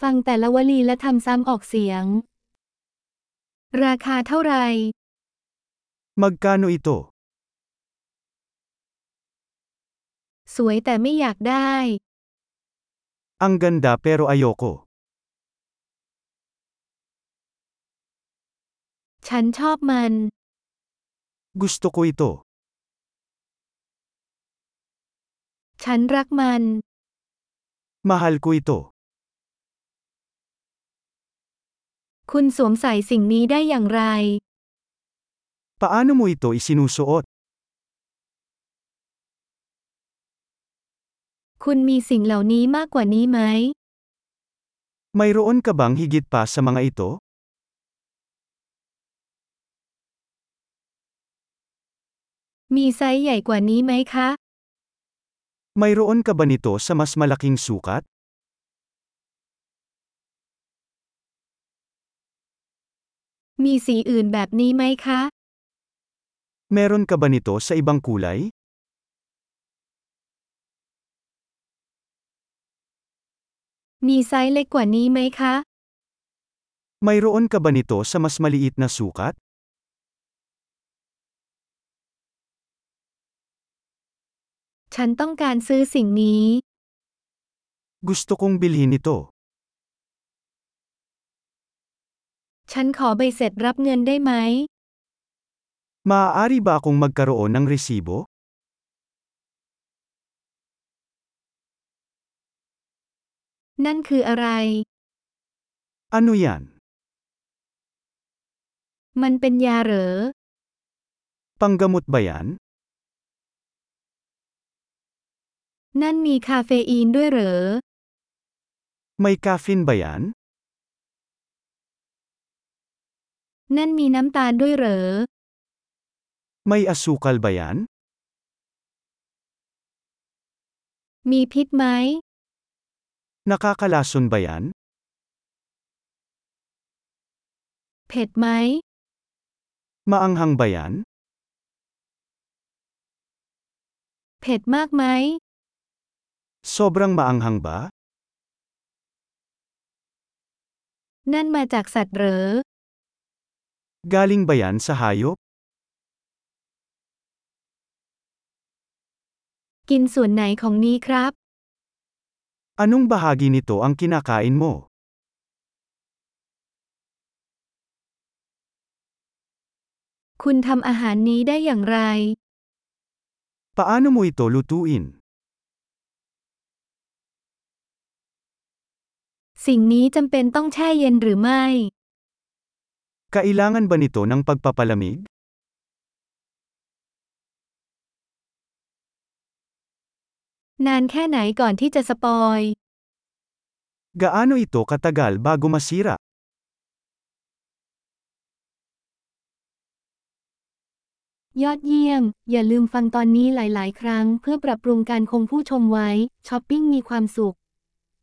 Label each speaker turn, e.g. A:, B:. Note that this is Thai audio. A: ฟังแต่ละวลีและทำซ้ำออกเสียง ราคาเท่าไหร่
B: Magkano ito?
A: สวยแต่ไม่อยากได้
B: Ang ganda pero ayoko.
A: ฉันชอบมัน
B: Gusto ko ito.
A: ฉันรักมัน
B: Mahal ko ito.
A: คุณสวมใส่สิ่งนี้ได้อย่างไร
B: Paano mo ito isinusuot?
A: คุณมีสิ่งเหล่านี้มากกว่านี้ไหม
B: Mayroon ka bang higit pa sa mga ito?
A: มีไซส์ใหญ่กว่านี้ไหมคะ
B: Mayroon ka ba nito sa mas malaking sukat?
A: มีสีอื่นแบบนี้ไหมคะ
B: Meron ka ba nito sa ibang kulay?
A: มีไซส์เล็กกว่านี้ไหมคะ
B: Mayroon ka ba nito sa mas maliit na sukat?
A: ฉันต้องการซื้อสิ่งนี้
B: Gusto kong bilhin ito.
A: ฉันขอใบเสร็จรับเงินได้ไหม
B: Maaari ba akong magkaroon ng resibo?
A: นั่นคืออะไร
B: Ano yan?
A: มันเป็นยาเหรอ
B: Panggamot ba yan?
A: นั่นมีคาเฟอีนด้วยเหรอ
B: May caffeine ba yan?
A: นั่นมีน้ำตาลด้วยเหรอ
B: May asukal ba yan?
A: มีพิษไหม
B: Nakakalason ba yan?
A: เผ็ดไหม
B: Maanghang ba yan?
A: เผ็ดมากไหม
B: Sobrang maanghang ba?
A: นั่นมาจากสัตว์เหรอ
B: Galing ba yan sa hayop?
A: กินส่วนไหนของนี้ครับ
B: Anong bahagi nito ang kinakain mo?
A: คุณทำอาหารนี้ได้อย่างไร
B: Paano mo ito lutuin?
A: สิ่งนี้จำเป็นต้องแช่เย็นหรือไม่
B: Kailangan ba nito ng pagpapalamig?
A: นานแค่ไหนก่อนที่จะสปอย
B: Gaano ito katagal bago masira?
A: ยอดเยี่ยม อย่าลืมฟังตอนนี้หลาย ๆ ครั้ง เพื่อปรับปรุงการคงผู้ชมไว้ ช้อปปิ้งมีความสุข